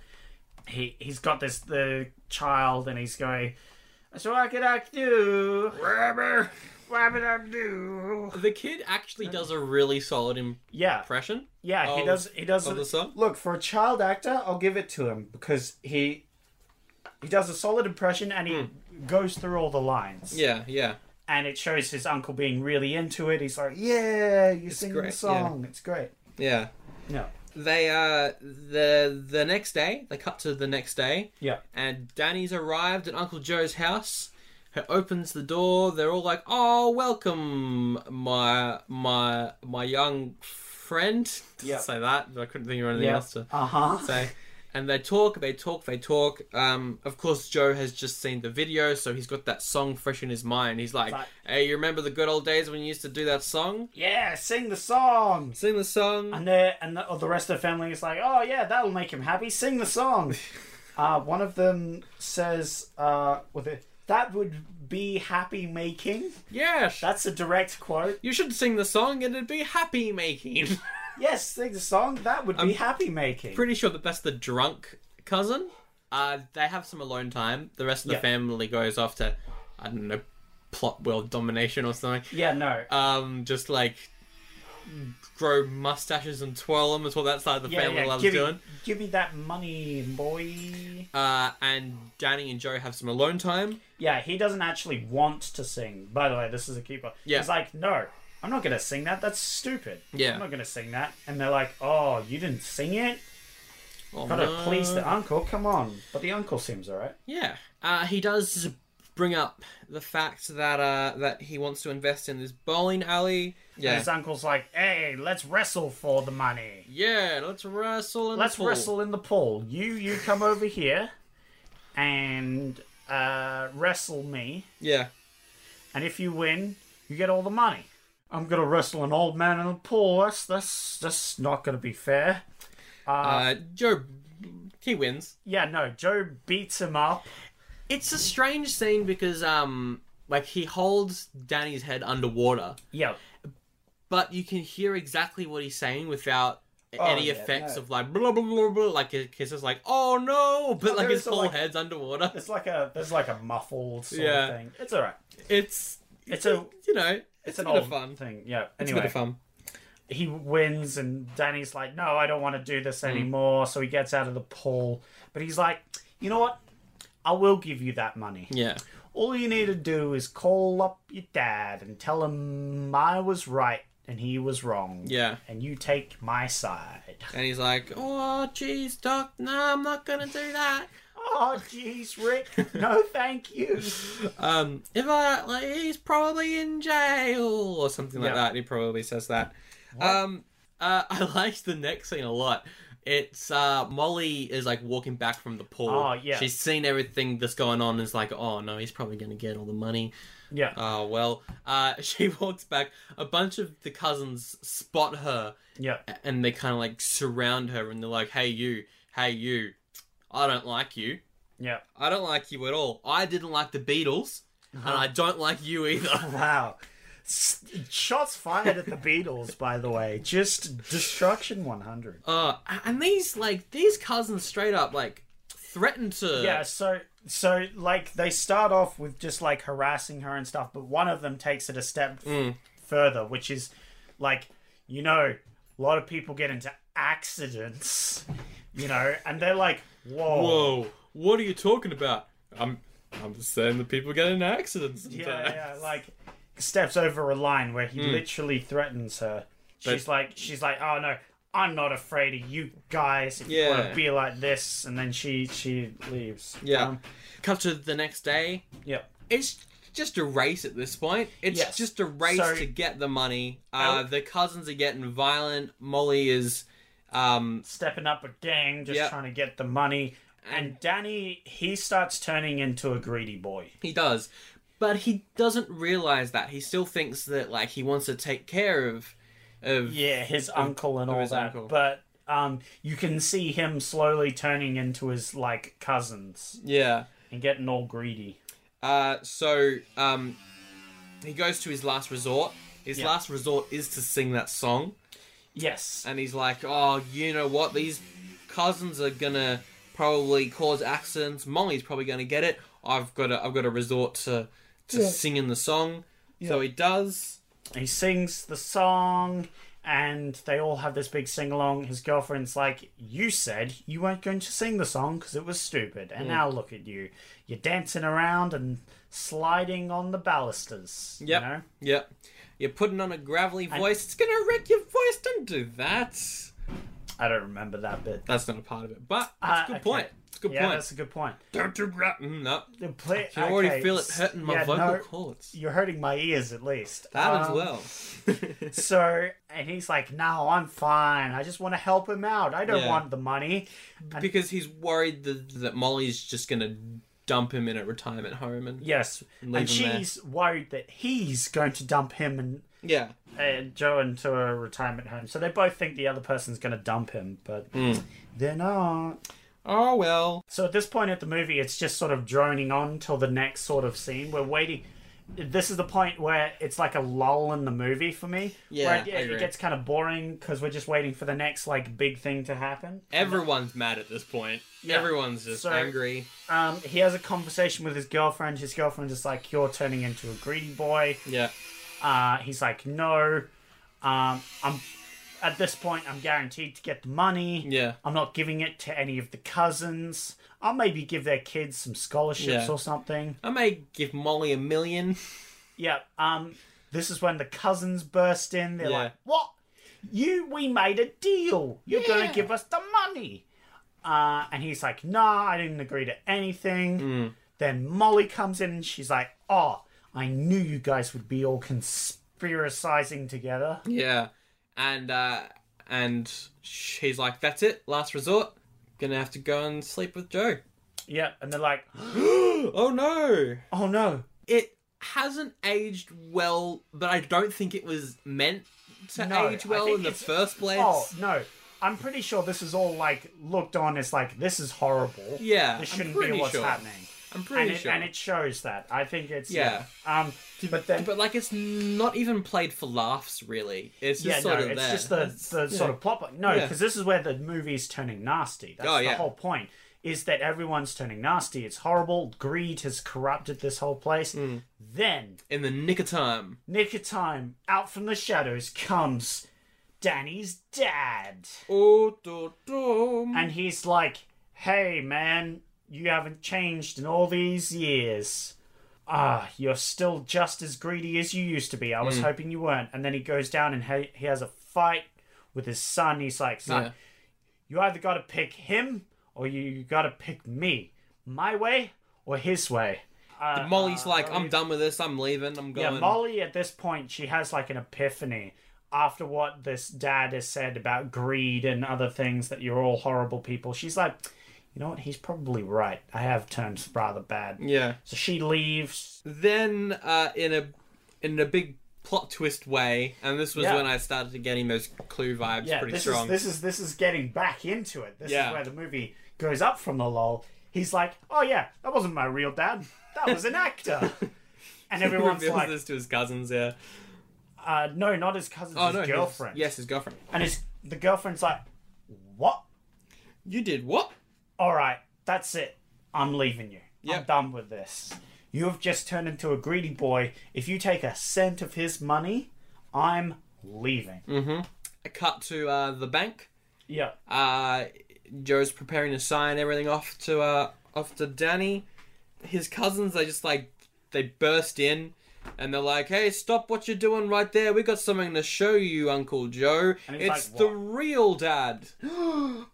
he, he's got this the child and he's going, So I could act do. Rubber! Rabbit I do.
The kid actually does a really solid
Yeah,
impression
yeah, he
of-
does. He does.
Oh, of the song.
look for a child actor i'll give it to him because he he does a solid impression and he goes through all the lines
Hmm. Yeah, yeah.
and it shows his uncle being really into it he's like yeah you sing the
great,
song it's great
Yeah.
no
They uh the the next day, they cut to the next day
yeah
and Danny's arrived at Uncle Joe's house. He opens the door, they're all like, "Oh, welcome my my my young friend."
Yeah.
Say that. I couldn't think of anything
Yeah.
else to
uh-huh
say. And they talk, they talk, they talk. Um, of course, Joe has just seen the video, so he's got that song fresh in his mind. He's like,
Right.
"Hey, you remember the good old days when you used to do that song?
yeah sing the song
Sing the song."
and the and the, oh, the rest of the family is like oh yeah that'll make him happy sing the song uh, one of them says uh, with it that would be happy making
Yes,
that's a direct quote
you should sing the song, and it'd be happy making.
yes sing the song that would be happy making
Pretty sure that that's the drunk cousin. Uh, they have some alone time. The rest of the
Yeah.
family goes off to, I don't know, plot world domination or something.
Yeah, no.
Um, just like grow mustaches and twirl them is what that side of the
yeah,
family
yeah.
loves
give,
doing.
Me, give me that money, boy.
Uh, and Danny and Joe have some alone time.
Yeah, he doesn't actually want to sing. By the way, this is a keeper.
Yeah.
He's like, no, I'm not going to sing that. That's stupid.
Yeah.
I'm not going to sing that. And they're like, oh, you didn't sing it?
Oh,
Gotta
no.
please the uncle. Come on. But the uncle seems alright.
Yeah, uh, he does bring up the fact that uh, that he wants to invest in this bowling alley.
And
Yeah,
his uncle's like, hey, let's wrestle for the money.
yeah. Let's wrestle. In the
Let's
pool.
wrestle in the pool. You you come over here and uh, wrestle me.
Yeah,
And if you win, you get all the money. I'm gonna wrestle an old man in the pool. That's that's that's not gonna be fair.
uh, Joe. He wins.
Yeah, no. Joe beats him up.
It's a strange scene because um, like he holds Danny's head underwater,
Yeah,
but you can hear exactly what he's saying without.
Oh,
any
yeah,
effects
no.
of like blah blah blah blah like his kiss is like oh no but like
there
his
is a,
whole
like-
head's underwater
it's like a there's like a muffled sort
Yeah.
of thing. It's alright.
it's
It's a
you know it's,
it's
a
an
bit of
old
fun
thing. Yeah.
it's a
Anyway,
bit of fun
he wins, and Danny's like, "No, I don't want to do this anymore." So he gets out of the pool, but he's like, "You know what? I will give you that money."
yeah
All you need to do is call up your dad and tell him I was right and he was wrong.
Yeah.
And you take my side.
And he's like, "Oh, jeez, Doc, no, I'm not gonna do that.
Oh, jeez, Rick. No, thank you.
Um, if I, like, he's probably in jail or something like
Yeah.
that. He probably says that. Um, uh, I liked the next scene a lot. It's uh, Molly is like walking back from the pool.
Oh, yeah.
She's seen everything that's going on. And is like, "Oh no, he's probably gonna get all the money."
Yeah.
Oh well. Uh, she walks back. A bunch of the cousins spot her
yeah.
and they kind of like surround her and they're like, "Hey you, hey you, I don't like you.
Yeah.
I don't like you at all. I didn't like the Beatles, and
Uh-huh.
I don't like you either."
Wow. S- Shots fired at the Beatles, by the way. Just destruction 100.
uh, and these like these cousins straight up like threaten to
Yeah, so so like they start off with just like harassing her and stuff, but one of them takes it a step f-
Mm.
further, which is like you know, a lot of people get into accidents, you know, and they're like, "Whoa,
Whoa, what are you talking about? I'm I'm just saying that people get in accidents. sometimes."
yeah, yeah," like steps over a line where
Mm.
he literally threatens her. She's like, she's like, "Oh no." I'm not afraid of you guys. If you want
Yeah.
to be like this, and then she she leaves.
Yeah.
Um,
Cut to the next day.
yep.
It's just a race at this point. It's
Yes.
just a race
So-
to get the money. Uh, the cousins are getting violent. Molly is, um,
stepping up a gang, just
Yep.
trying to get the money. And Danny, he starts turning into a greedy boy.
he does, but he doesn't realize that. He still thinks that like he wants to take care of, of
Yeah, his uncle and all
his
that.
uncle.
But um, you can see him slowly turning into his like cousins
yeah.
and getting all greedy.
Uh, so um, he goes to his last resort. His
Yeah.
last resort is to sing that song.
Yes,
and he's like, "Oh, you know what? These cousins are gonna probably cause accidents. Molly's probably gonna get it. I've got to, I've got to resort to to singing the song." So he does.
he sings the song, and they all have this big sing along. His girlfriend's like, "You said you weren't going to sing the song because it was stupid, and now look at you. You're dancing around and sliding on the balusters."
Yep.
You know?
Yep. You're putting on a gravelly voice. It's gonna wreck your voice. Don't do that.
I don't remember that bit.
That's not a part of it. But that's
Ah,
a good
okay.
point. It's a good
yeah,
point.
that's a good point.
Don't do that. Mm, No.
The play-
I already
okay,
feel it
s-
hurting my
yeah,
vocal
no,
cords.
You're hurting my ears at least.
That
Um,
as well.
So, and he's like, "No, I'm fine. I just want to help him out. I don't
Yeah.
want the money."
because he's worried that, that Molly's just gonna dump him in at retirement home and
Yes, and
Leave him there.
she's worried that he's going to dump him and
yeah.
uh, Joe into a retirement home. So they both think the other person's going to dump him, but
Hmm.
they're not.
Oh well.
So at this point at the movie, it's just sort of droning on till the next sort of scene. We're waiting. This is the point where it's like a lull in the movie for me.
Yeah,
where it,
I
it
agree.
gets kind of boring because we're just waiting for the next like big thing to happen.
Everyone's mad at this point. Everyone's just
So-
angry.
Um, he has a conversation with his girlfriend. His girlfriend is like, "You're turning into a greedy boy."
Yeah.
Uh, he's like, "No, um, I'm." At this point, I'm guaranteed to get the money.
Yeah.
I'm not giving it to any of the cousins. I'll maybe give their kids some scholarships
Yeah.
or something.
I may give Molly a million.
Yeah. Um. This is when the cousins burst in. They're
Yeah.
like, "What? You? We made a deal. You're going to give us the money." Uh, and he's like, nah, I didn't agree to anything.
Hmm.
Then Molly comes in and she's like, oh, I knew you guys would be all conspiracizing together.
Yeah, and uh, and she's like, "That's it, last resort. Gonna have to go and sleep with Joe."
Yeah, and they're like,
oh no!
oh no.
It hasn't aged well, but I don't think it was meant to
No,
age
I
well
think
in the
it's-
first place.
Oh no. I'm pretty sure this is all like looked on as like this is horrible.
Yeah,
this
I'm
shouldn't be
pretty
what's
sure.
happening.
I'm pretty
And it,
sure.
and it shows that. I think it's
Yeah.
Um, but then
but like, it's not even played for laughs, really. It's just
yeah, no,
sort of
it's
there.
just the, the sort of plot. point. No,
Yeah.
because this is where the movie's turning nasty. That's
Oh,
the
yeah.
whole point. Is that everyone's turning nasty? It's horrible. Greed has corrupted this whole place.
Hmm.
Then,
in the nick of time.
nick of time, out from the shadows comes Danny's dad,
Oh, do, do.
and he's like, "Hey, man, you haven't changed in all these years." Ah, you're still just as greedy as you used to be. I
Mm.
was hoping you weren't. And then he goes down and he, he has a fight with his son. He's like, son,
Yeah.
you either got to pick him or you, you got to pick me. My way or his way. Uh,
Molly's like, I'm done with this. I'm leaving. I'm
yeah,
going.
Molly at this point, she has like an epiphany after what this dad has said about greed and other things that you're all horrible people. She's like, you know what? He's probably right. I have turned rather bad.
yeah.
So she leaves.
then uh, in a in a big plot twist way, and this was
Yeah.
when I started getting those clue vibes
Yeah,
pretty
this
strong.
is this is this is getting back into it. This
Yeah.
is where the movie goes up from the lull. He's like, "Oh yeah, that wasn't my real dad. That was an actor." And
He
everyone's
reveals
like,
this to his cousins, yeah.
uh, "No, not his cousin,
Oh
his
no, his-
girlfriend."
yes, his girlfriend.
And his the girlfriend's like, "What?
You did what?
All right, that's it. I'm leaving you. I'm
Yep.
done with this. You have just turned into a greedy boy. If you take a cent of his money, I'm leaving."
A cut to uh, the bank.
Yeah.
Uh, Joe's preparing to sign everything off to uh, off to Danny. His cousins, they just like they burst in. And they're like, "Hey, stop what you're doing right there. We got something to show you, Uncle Joe.
he's like,
It's the
"What?"
real dad."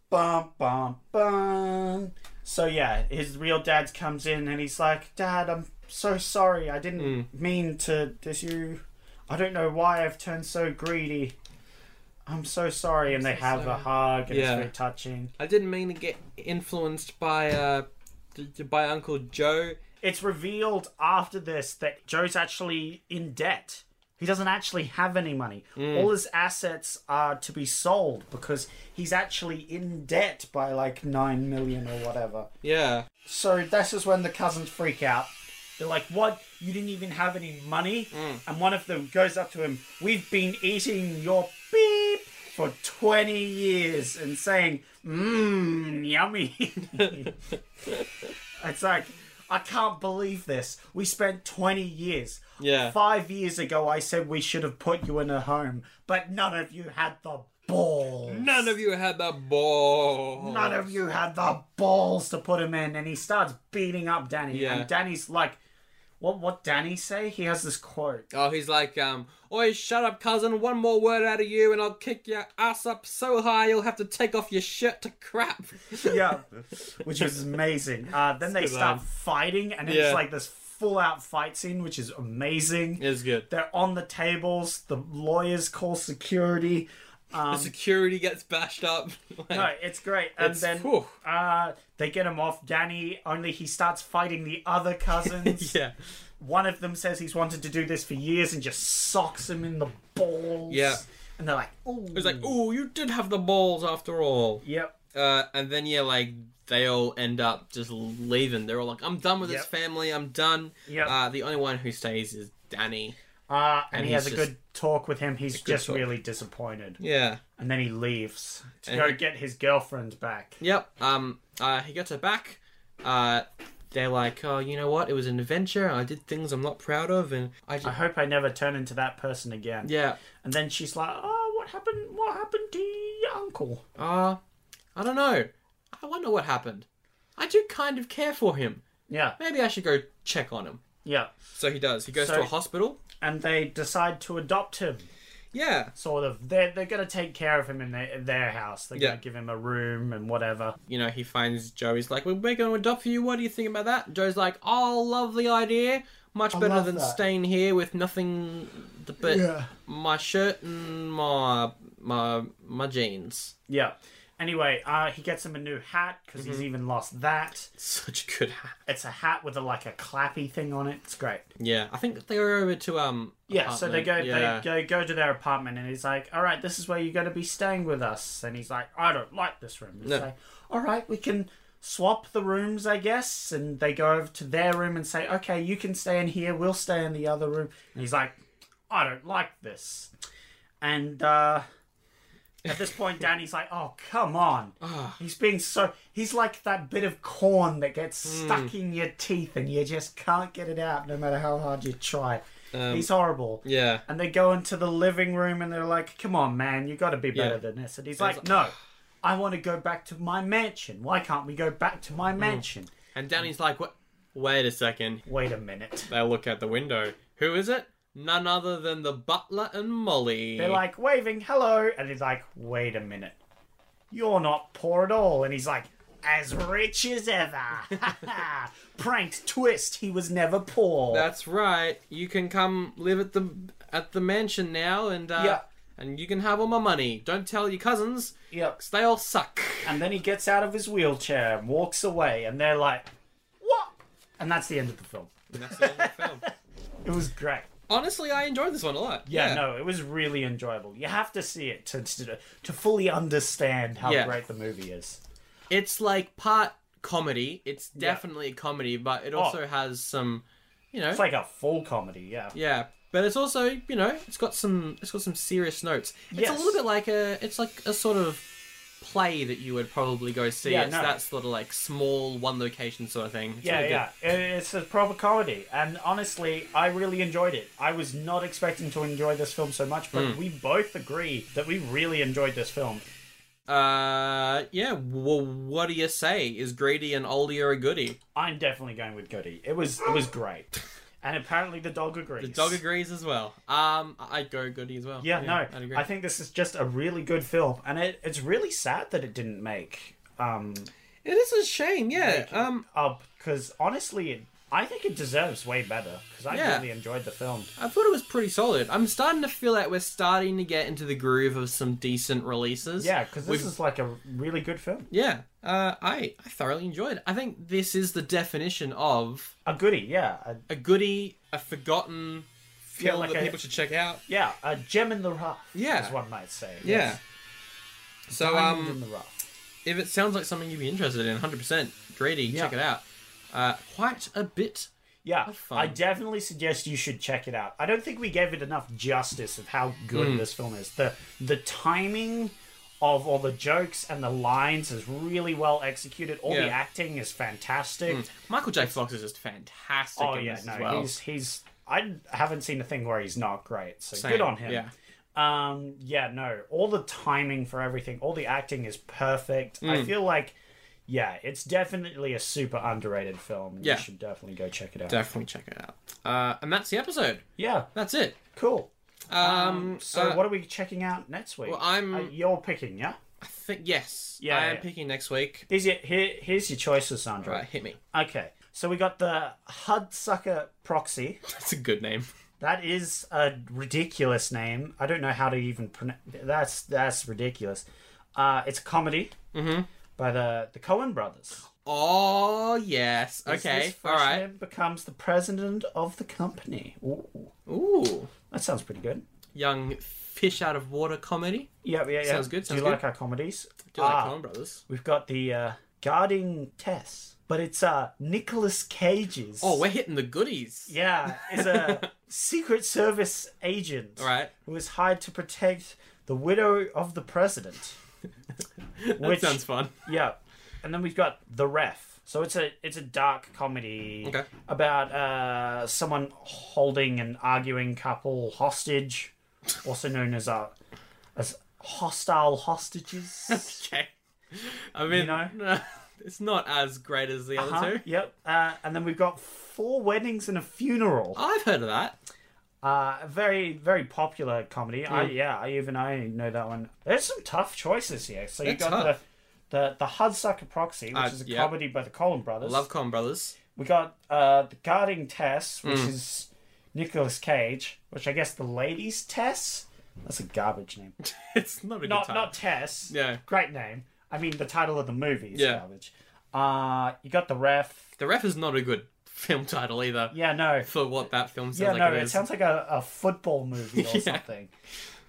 bum bum bum. So yeah, his real dad comes in and he's like, "Dad, I'm so sorry. I didn't mean to diss you. I don't know why I've turned so greedy. I'm so sorry." and they have a hug and it's
Yeah.
very touching.
I didn't mean to get influenced by uh d- d- by Uncle Joe.
It's revealed after this that Joe's actually in debt. He doesn't actually have any money. All his assets are to be sold because he's actually in debt by like 9 million or whatever.
Yeah.
So this is when the cousins freak out. They're like, "What? You didn't even have any money?" And one of them goes up to him, "We've been eating your beep for twenty years," and saying, "Mmm, yummy." it's like, I can't believe this. We spent twenty years.
Yeah.
Five years ago, I said we should have put you in a home, but none of you had the balls.
None of you had the ball.
None of you had the balls to put him in, and he starts beating up Danny.
Yeah.
And Danny's like, "What? What? Danny say? He has this quote.
Oh, he's like, um, oi, shut up, cousin. One more word out of you, and I'll kick your ass up so high you'll have to take off your shirt to crap.
yeah, which was amazing. Uh, then they
good
start
line.
fighting, and it's
Yeah.
like this full-out fight scene, which is amazing.
It's good.
They're on the tables. The lawyers call security.
the security gets bashed up.
No, it's great. Um, And
It's-
then
whew.
uh, they get him off Danny. Only he starts fighting the other cousins.
yeah.
one of them says he's wanted to do this for years and just socks him in the balls.
Yeah.
And they're like, ooh.
He's like, oh, you did have the balls after all.
Yep.
Uh, and then yeah, like they all end up just leaving. They're all like, "I'm done with
Yep.
this family. I'm done."
Yep.
Uh, the only one who stays is Danny.
Uh, and, he
he's
has a
just-
good talk with him. He's just
talk.
really disappointed.
Yeah.
And then he leaves to
And
go
he-
get his girlfriend back.
Yep. Um. Uh. He gets her back. Uh. They're like, "Oh, you know what? It was an adventure. I did things I'm not proud of, and I just
I hope I never turn into that person again.
yeah.
And then she's like, oh, what happened? What happened to your uncle?
Uh, I don't know. I wonder what happened. I do kind of care for him.
Yeah.
Maybe I should go check on him."
Yeah.
So he does. He goes
So-
to a hospital.
And they decide to adopt him.
Yeah.
sort of they're, they're going to take care of him in their, in their house they're
Yeah.
going to give him a room and whatever
You know, he finds Joe. He's like, well, we're going to adopt you. What do you think about that? And Joe's like, oh, love the idea. Much better
love
than
that."
staying here with nothing but
Yeah.
my shirt and my my my jeans.
yeah anyway uh, he gets him a new hat because he's
Mm-hmm.
even lost that
Such a good hat.
it's a hat with a like a clappy thing on it it's great
Yeah, I think they were over to um.
yeah so they go
apartment. Yeah.
they go, go to their apartment and he's like all right this is where you're going to be staying with us and he's like i don't like this room he's
No.
like all right we can swap the rooms i guess and they go over to their room and say okay you can stay in here we'll stay in the other room and he's like i don't like this and uh at this point danny's like oh come on he's being so he's like that bit of corn that gets stuck in your teeth and you just can't get it out no matter how hard you try he's horrible
Yeah.
and they go into the living room and they're like, "Come on, man, you got to be better
Yeah.
than this." And he's like, "No, I want to go back to my mansion. Why can't we go back to my mansion?"
And Danny's like, "What? Wait a second.
Wait a minute.
They look out the window. Who is it? None other than the butler and Molly.
They're like waving hello, and he's like, "Wait a minute, you're not poor at all." And he's like, "As rich as ever." Pranked twist. He was never poor.
"That's right. You can come live at the at the mansion now, and uh,
Yeah.
and you can have all my money. Don't tell your cousins,
yep.
'cause they all suck."
And then he gets out of his wheelchair and walks away, and they're like, "What?" And that's the end of the film.
And that's the end of the film.
It was great.
Honestly, I enjoyed this one a lot.
yeah, no, it was really enjoyable. You have to see it to to, to fully understand how
Yeah.
great the movie is.
it's like part comedy. It's definitely a comedy, but
Oh.
it also has some, you know,
It's like a full comedy, yeah.
yeah. But it's also, you know, it's got some, it's got some serious notes. It's a
Yes.
little bit like a, it's like a sort of play that you would probably go see.
Yeah,
it's
no.
that sort of like small one location sort of thing. It's
Yeah,
really good.
yeah. It- It's a proper comedy, and honestly, I really enjoyed it. I was not expecting to enjoy this film so much,
Hmm.
but we both agree that we really enjoyed this film.
Uh, yeah. Well, what do you say? Is greedy an oldie or a goodie?
I'm definitely going with Goody. It was it was great, and apparently the dog agrees.
The dog agrees as well. Um, I- I'd go goodie as well.
Yeah, no,
I'd agree.
I think this is just a really good film, and it, it's really sad that it didn't make um,
it is a shame. Yeah. Um,
up because honestly, it, I think it deserves way better because I
Yeah.
really enjoyed the film.
I thought it was pretty solid. I'm starting to feel like we're starting to get into the groove of some decent releases.
Yeah, because this
We've-
is like a really good film.
yeah. Uh, I I thoroughly enjoyed. it. I think this is the definition of
A goodie, yeah, a,
a goodie, a forgotten film
like
that
a-
people should check out.
yeah, a gem in the rough.
Yeah.
as one might say.
Yeah.
Yes.
So
diamond in
um,
the rough.
if it sounds like something you'd be interested in, 100% greedy,
Yeah.
check it out. Uh, quite a bit.
Yeah,
fun.
I definitely suggest you should check it out. I don't think we gave it enough justice of how good
Hmm.
this film is. The the timing of all the jokes and the lines is really well executed. All the
Yeah. Hmm.
acting is fantastic.
Michael J. Fox is just fantastic.
Oh
in
yeah,
this
no,
as well.
he's he's. I haven't seen a thing where he's not great, so
Same,
good on him.
Yeah.
Um, yeah, no, all the timing for everything, all the acting is perfect.
Mm.
I feel like, yeah, it's definitely a super underrated film.
Yeah.
You should definitely go check it out.
Definitely check it out. Uh, and that's the episode.
yeah,
That's it.
cool.
Um,
So,
uh,
what are we checking out next week?
Well, I'm-
Uh, you're picking, yeah.
I think yes.
Yeah,
I am
yeah.
picking next week.
Here's your here, here's your choices, Sandra.
Right, hit me.
Okay, so we got the Hudsucker Proxy.
That's a good name.
That is a ridiculous name. I don't know how to even pronounce. That's that's ridiculous. Uh, it's a comedy
Mm-hmm.
by the the Cohen brothers.
Oh yes.
This-
Okay.
this
All right.
freshman becomes the president of the company. Ooh,
Ooh,
that sounds pretty good.
young fish out of water comedy.
Yeah, yeah, yeah.
Sounds good, sounds
Do you
good.
like our comedies?
Do you like
Ah,
Coen Brothers?
We've got the uh, guarding Tess, but it's uh Nicholas Cage's.
Oh, we're hitting the goodies.
Yeah, is a Secret Service agent
All right.
who is hired to protect the widow of the president.
That
which-
sounds fun.
Yeah, and then we've got the ref. So it's a it's a dark comedy
Okay.
about uh, someone holding an arguing couple hostage, also known as uh, as hostile hostages.
Okay. I mean,
know? Uh-huh.
it's not as great as the other
Huh?
two.
Yep. Uh, and then we've got four weddings and a funeral.
I've heard of that.
Uh, very, very popular comedy. I, yeah, I even I know that one. There's some tough choices here. So you
They're
got
tough.
the the the Hudsucker Proxy, which
Uh,
is a
yeah.
comedy by the Coen
I
Brothers.
love Coen Brothers.
We got uh, the Guarding Tess,
Hmm.
which is Nicolas Cage, which I guess the ladies Tess. That's a garbage name.
it's not a
Not
good time.
not Tess.
Yeah.
Great name. I mean, the title of the movie is
Yeah.
garbage. Uh, you got the ref.
The Ref is not a good film title either.
Yeah, no.
For what that film sounds
Yeah,
like
no,
it
it,
is.
sounds like a, a football movie or
Yeah.
something.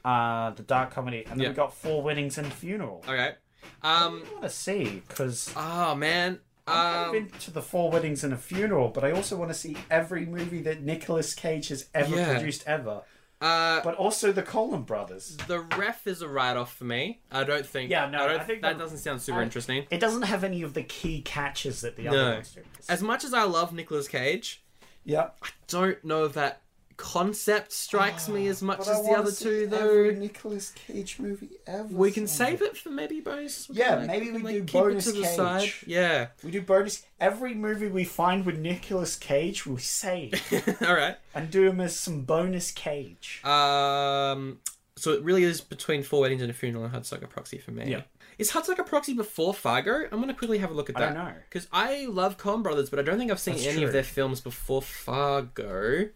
Uh, the dark comedy, and then
Yeah.
we got Four Weddings and a Funeral.
Okay. Um.
I want to see because
Oh man.
I've
Um.
been to the Four Weddings and a Funeral, but I also want to see every movie that Nicolas Cage has ever
Yeah.
produced ever,
Uh.
but also the Coen Brothers.
The Ref is a write-off for me. I don't think.
Yeah, no,
I, don't,
I think
that
the-
doesn't sound super
I-
interesting.
It doesn't have any of the key catches that the other
No.
ones do.
As much as I love Nicolas Cage,
Yep.
don't know if that concept strikes me as much
Ah, But
as
I
the
wanna
other
see
two, though.
Every Nicolas Cage movie ever.
We can
someday.
save it for maybe bonus. We
Yeah,
can,
maybe we do
keep
bonus
it to the
Cage.
side. Yeah.
We do bonus. Every movie we find with Nicolas Cage, we save
All right.
and do him as some bonus Cage.
Um. So it really is between Four Weddings and a Funeral and Hudsucker Proxy for me.
Yeah.
Is Hudsucker Proxy before Fargo? I'm gonna quickly have a look at
I
that.
don't know.
Because I love Coen Brothers, but I don't think I've seen
That's
any
true.
of their films before Fargo.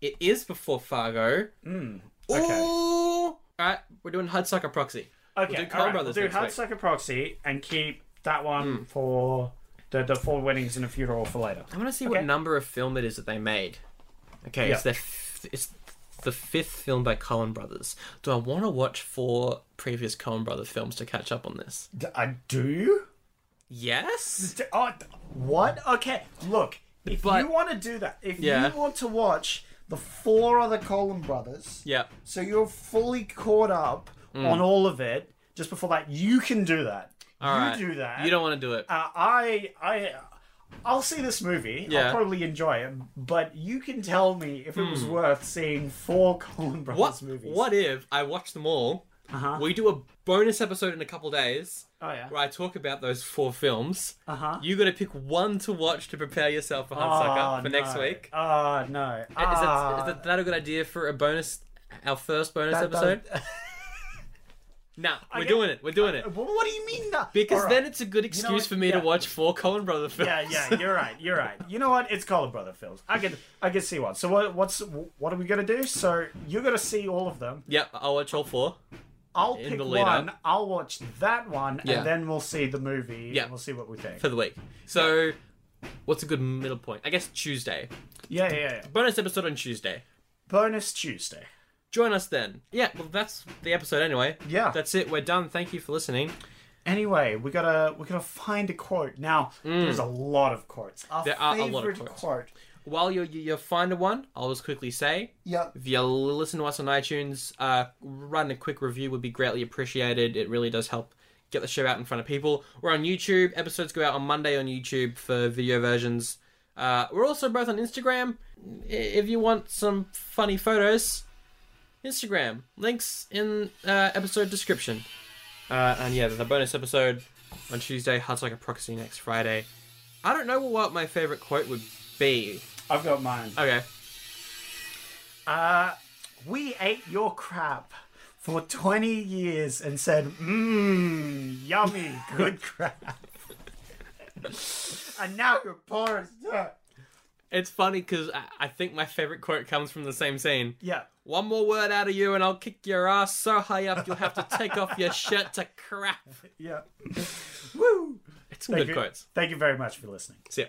It is before Fargo.
Hmm, okay.
Ooh! Alright, we're doing Hudsucker Proxy.
Okay,
We'll do Coen
all right,
Brothers
we'll do
next week. Hmm.
Hudsucker Proxy and keep that one for the, the four weddings and a funeral for later.
I want to see
Okay.
what number of film it is that they made. Okay,
Yeah.
it's their f- it's the fifth film by Coen Brothers. Do I want to watch four previous Coen Brothers films to catch up on this?
D- I do?
Yes.
D- oh, d- what? Okay, look,
If
But-
you want to do that, if
Yeah.
you want to watch the four other Colin brothers,
Yeah. Hmm.
so you're fully caught up.
on all of it, just before that, you can do that.
All
you
right.
do that.
You don't want to do it.
Uh, I, I, I'll see this movie.
Yeah. Hmm.
I'll probably enjoy it, but you can tell me if it was worth seeing four Coen Brothers
what?
movies.
What if I watch them all?
Uh-huh.
We do a bonus episode in a couple days
Oh yeah.
where I talk about those four films.
Uh huh.
You got to pick one to watch to prepare yourself for Hudsucker for next week.
Oh Ah, no.
Is that,
Ah,
is that- that a good idea for a bonus, our first bonus
That
episode? nah, we're
get-
doing it. We're doing it.
Wha- What do you mean that?
Because
All right.
then it's a good excuse
what?
for me to
Yeah.
watch four Coen Brother films.
Yeah, yeah, you're right. You're right. You know what? It's Colin Brother films. I can, I can see one. So what, what's, what are we gonna do? So you're gonna see all of them.
Yep, I'll watch all four.
I'll
In
pick
the lead
one. I'll watch that one,
Yeah.
and then we'll see the movie.
Yeah.
and we'll see what we think.
for the week. So, what's a good middle point? I guess Tuesday.
Yeah, yeah, yeah.
Bonus episode on Tuesday.
Bonus Tuesday.
Join us then. Yeah, well, that's the episode anyway.
Yeah.
That's it. We're done. Thank you for listening.
Anyway, we gotta, we gotta find a quote. Now, there's a lot of quotes.
Our
Mm. There are a lot of
favorite
quotes.
quote.
While you you you find a one, I'll just quickly say
Yep.
If you listen to us on iTunes, uh, run a quick review would be greatly appreciated. It really does help get the show out in front of people. We're on YouTube. Episodes go out on Monday on YouTube for video versions. Uh, we're also both on Instagram. I- If you want some funny photos, Instagram links in uh, episode description. Uh, and yeah, there's a bonus episode on Tuesday. Hearts like a proxy next Friday. I don't know what my favorite quote would be.
I've got mine.
Okay.
Uh, we ate your crap for 20 years and said, mmm, yummy, good crap. and now you're poor as dirt.
It's funny because I, I think my favorite quote comes from the same scene.
Yeah.
One more word out of you, and I'll kick your ass so high up you'll have to take off your shirt to crap.
Yeah. Woo!
It's some
Thank
good
you-
quotes.
Thank you very much for listening.
See ya.